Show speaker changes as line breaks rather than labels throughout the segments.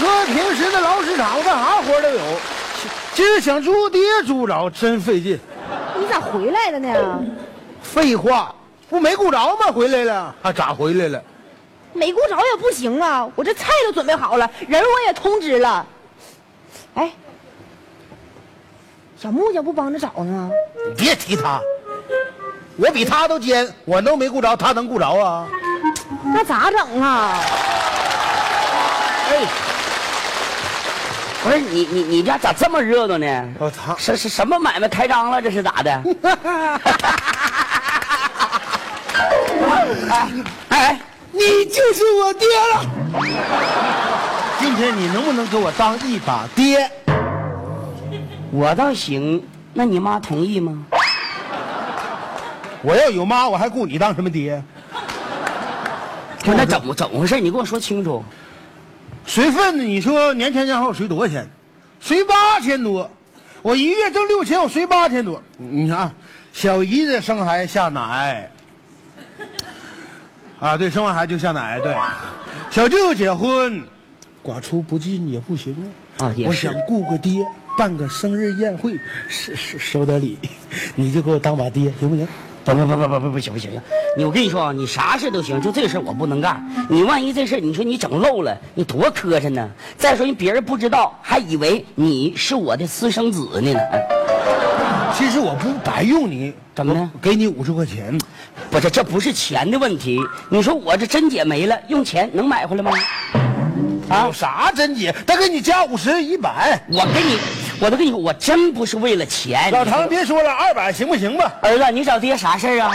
说平时那老市场干啥活都有，今儿想猪爹猪着真费劲。
你咋回来了呢？
废话，不没顾着吗？回来了还咋回来了？
没顾着也不行啊！我这菜都准备好了，人我也通知了。哎，小木匠不帮着找呢？
你别提他，我比他都尖，我都没顾着，他能顾着啊？
那咋整啊？
哎，
不是你你你家咋这么热闹呢？
我操！
是是什么买卖开张了？这是咋的？ 哎哎，
你就是我爹了。今天你能不能给我当一把爹？
我倒行，那你妈同意吗？
我要有妈，我还雇你当什么爹？
不是那怎么怎么回事？你给我说清楚。
随份子，你说年前年后随多少钱？随八千多。我一月挣六千，我随八千多。你看，啊小姨子生孩子下奶，啊，对，生完孩子就下奶，对。小舅结婚，寡出不进也不行啊。
啊也
我
是
想雇个爹，办个生日宴会，收收收点礼， 你就给我当把爹，行不行？
不不不不不不不行不行！你我跟你说啊，你啥事都行，就这事儿我不能干。你万一这事儿你说你整漏了，你多磕碜呢！再说人别人不知道，还以为你是我的私生子呢。哎
其实我不白用你，
怎么呢
我给你五十块钱，
不是，这不是钱的问题。你说我这真姐没了，用钱能买回来吗？啊
有啥真姐？他给你加五十一百。
我跟你，我都跟你说，我真不是为了钱。
老唐，别哎说了，二百行不行吧？
儿子，你找爹啥事儿啊？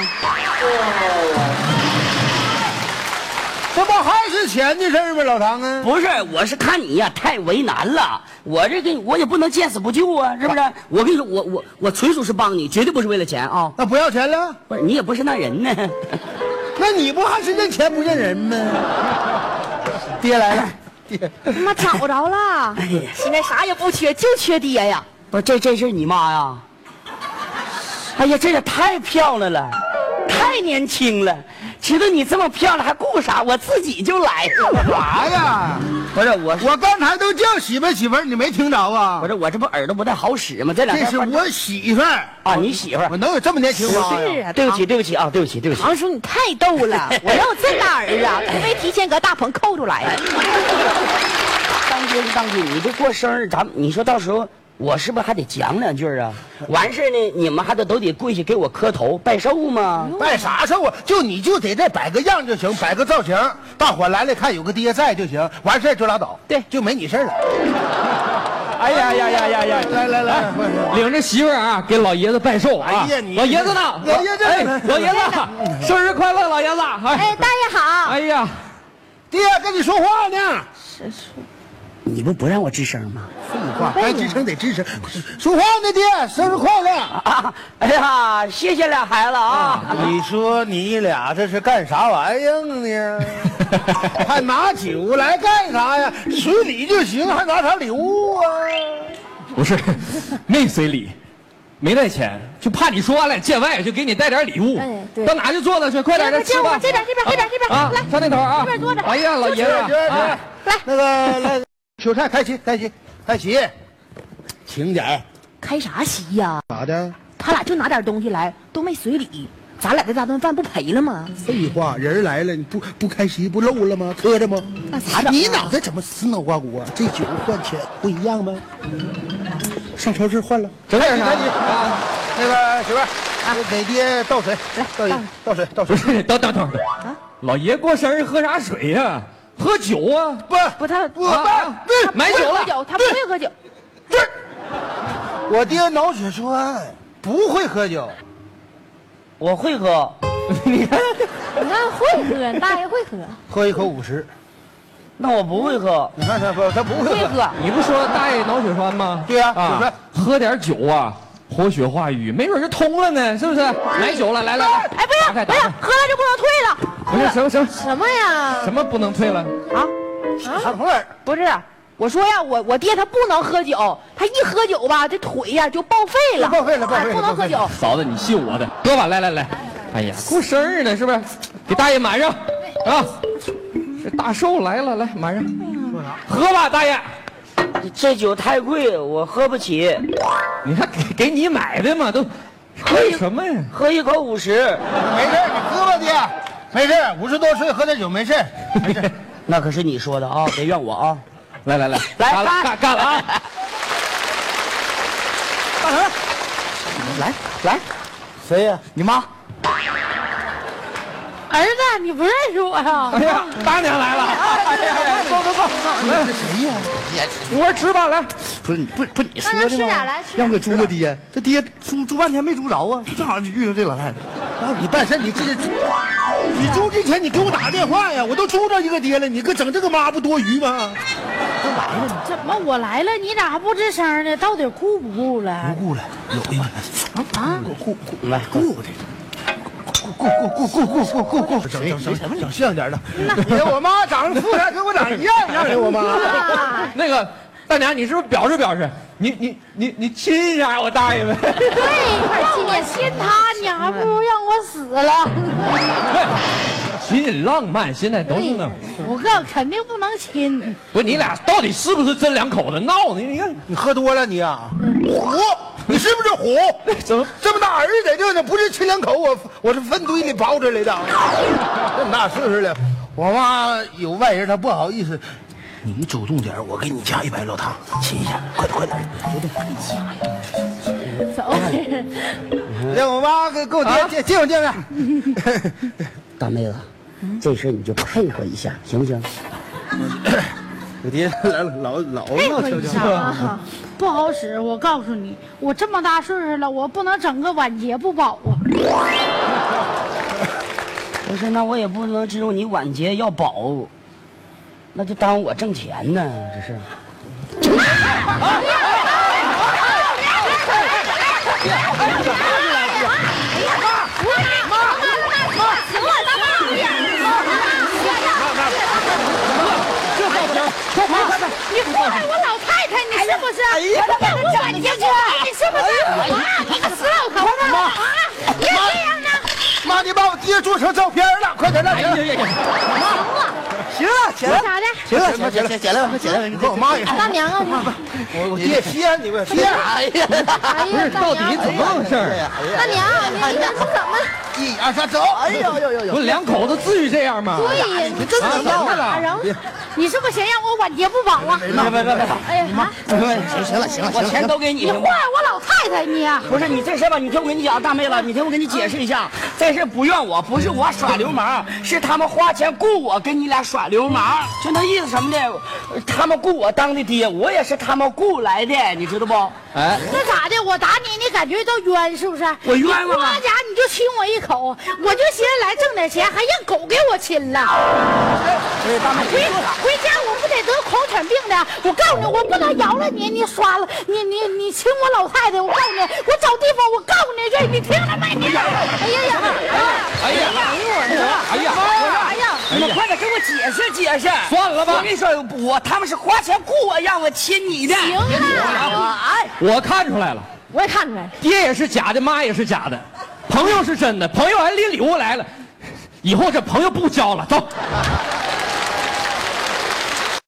这不还是钱的事儿吗？老唐啊，
不是，我是看你呀、太为难了。我这个我也不能见死不救啊，是不是？我跟你说，我我我纯属是帮你，绝对不是为了钱啊。
那不要钱了？
不是你也不是那人呢。
那你不还是认钱不认人吗？爹来了，爹，
他妈找着 了！现在啥也不缺，就缺爹呀！
不是这这是你妈呀？哎呀，这也太漂亮了，太年轻了。知道你这么漂亮还顾啥？我自己就来了。
啥哎呀？
不是我，
我刚才都叫媳妇儿媳妇儿，你没听着啊
不？是我这不耳朵不太好使吗？这两
这
天
是
发
我媳妇儿，
啊，你媳妇儿
我。能有这么年轻吗？哎
是啊，
对不起，对不起啊，对不起，对不起。
唐叔，你太逗了！我要有这大儿子，除非提前搁大棚扣出来。
当爹是当爹，你这过生日，咱们你说到时候我是不是还得讲两句啊？完事儿呢，你们还得都得跪下给我磕头拜寿吗？
拜啥寿啊？就你就得这摆个样就行，摆个造型，大伙来了看有个爹在就行，完事儿就拉倒，
对
就没你事儿了。
哎呀呀呀呀呀！
来来来，
领着媳妇儿啊，给老爷子拜寿啊！
哎呀你
老爷子呢？
老爷子
哎老爷子，生日快乐，老爷子！哎
哎，大爷好！
哎呀，
爹跟你说话呢。
你不不让我吱声吗？
废话，该支撑哎得支撑。说话呢，爹，生日快乐！
啊，哎呀，谢谢俩孩子啊
你说你俩这是干啥玩意儿呢？ 还拿酒来干啥呀？随礼就行，还拿啥礼物啊？
不是，没随礼，没带钱，就怕你说完了见外，就给你带点礼物。
哎对
到哪就坐着去，快点的吃
这
吧
边。这边这边这边这边
啊
来
上那头啊！
这边坐着
哎呀，老爷子
这这
啊，
来，那个来，韭菜开席，开席，开席，请点儿
开啥席呀？
咋的？
他俩就拿点东西来，都没随礼，咱俩这大顿饭不赔了吗？
废话，人儿来了，你不不开席不漏了吗？磕碜吗？
那咋整啊
你脑袋怎么死脑瓜瓜？这酒换钱不一样吗？上超市换了。啊
整点啥
赶紧啊？那个媳妇儿，给爹倒水，倒水，倒水，倒
不
水。
是，等等等等，
啊
老爷过生日喝啥水呀？喝酒啊！
不
不，他
不不
啊
不
他不会
买酒了
喝酒，他不会喝酒。
我爹脑血栓，不会喝酒。
我会喝，
你看会喝，大爷会喝，
喝一口五十，
那我不会喝。
你看他不，他不会
会
喝。
喝。
你不说大爷脑血栓吗？啊
对呀就是
喝点酒啊，活血化瘀，没准就通了呢，是不是？来酒了，来来来，
哎，不
打开
是，
打
不
开
是，，喝了就不能退了。
不是什么什么
什么呀？
什么不能退了？
啊？
什么玩意儿？
不是，我说呀，我我爹他不能喝酒，他一喝酒吧，这腿呀就报废了，
报废了报废了
哎不能喝
报
酒。
嫂子，你信我的，喝吧，来来来，哎呀，过生日呢，是不是？给大爷满上啊！这大寿来了，来满上。
说啥？
喝吧，大爷。
这酒太贵，我喝不起，
你看给给你买的 嘛，都喝什么呀？
喝一口五 十，
没事儿，你喝吧，爹，没事儿，五十多岁喝点酒没事儿，没事儿。
那可是你说的啊，别怨我啊。
来来来，
来
干了干干了啊！
干什么？来来，谁呀、你妈。
儿子，你不认识我呀？
哎呀，大娘来了！哎呀，走走走，来
谁呀？
一块儿吃吧，来。
不是你，不是不是你说
那
的
吃
吗
点来吃？点
让我给猪个爹，这爹猪猪半天没猪着啊，正好遇上这老太太。
然后你办事，你这是你租之前你给我打个电话呀，我都租着一个爹了，你给整这个妈不多余吗？
怎么我来了，你咋还不吱声呢？到底顾不顾了？
雇了，有呀，
来，
雇雇雇雇雇雇雇雇，整整整整像点的。你看我妈长得富态，跟我长一样一样的，我妈。
那个大娘，你是不是表示表示？你你你你亲一下我大爷呗！
让我亲他，你还不如让我死了。
亲浪漫，现在都是
哎
那，
我告肯定不能亲，
不是你俩到底是不是真两口子闹呢？你看
你喝多了你啊，虎，你是不是虎？
怎么
这么大儿子在这呢，不是亲两口，我我是粪堆里刨出来的。这么大岁数了，我妈有外人，她不好意思。你你主动点儿，我给你加一百老汤，亲一下，快点快点。
走。
哎
让我妈给给我爹介介绍介绍。
大妹子，这事儿你就配合一下，行不行？
我爹来了，老老
配
闹
合
悄
一
悄
下。啊，不好使。我告诉你，我这么大岁数了，我不能整个晚节不保 啊。
不是，那我也不能只有你晚节要保，那就耽误我挣钱呢，这是。
这可不能！快快快快！
你祸害我老太太，你是不是？
哎
我把我晚节不保，你是不是？啊，你个死老头子！啊，你要这样呢？啊
妈，你把我爹做成照片了，快点让
哎
行
呀
了
呀呀！
行了，
哎
起来
咋的？
行了，行
行
了，行
行
了，
行，起来吧，起来
你
吧。
跟我妈也说，
大娘啊，
我我爹稀罕你们，稀罕。
哎呀，
哎
不
呀，哎
是，
大
到
娘
底，怎么回哎事儿？
大
啊
娘，你这是怎么？
一二三，走。
哎呦呦呦
不
呦！
是两口子至于这样吗？
对呀，你
真能闹啊
然后你是不是嫌让我晚节不保啊？
别别别别！
哎呀，啊
行行了行了
我
行了
钱
行
都给你
你
行
祸
吗？
害我老太太你！啊
不是你这事儿吧？你听我跟你讲，大妹子，你听我跟你解释一下，这事儿不怨我，不是我耍流氓，是他们花钱雇我跟你俩耍流氓，就那意思什么的。呃他们雇我当的爹，我也是他们雇来的，你知道不？
哎，
那咋的？我打你，你感觉到冤是不是？
我冤枉啊
你花家你就亲我一口，我就寻思来挣点钱，还让狗给我亲了。回回家我不得得狂犬病的？我告诉你，我不能饶了你，你耍了你你你亲我老太太，我告诉你，我找地方，我告诉你这，你听着没？你哎呀呀！
哎呀，哎呀，
哎呀！
你们快点给我解释解释！
算了吧
我跟你说，我他们是花钱雇我让我亲你的。
行了，哎，
我看出来了，
我也看出来了，
爹也是假的，妈也是假的，朋友是真的，朋友还拎礼物来了，以后这朋友不交了，走。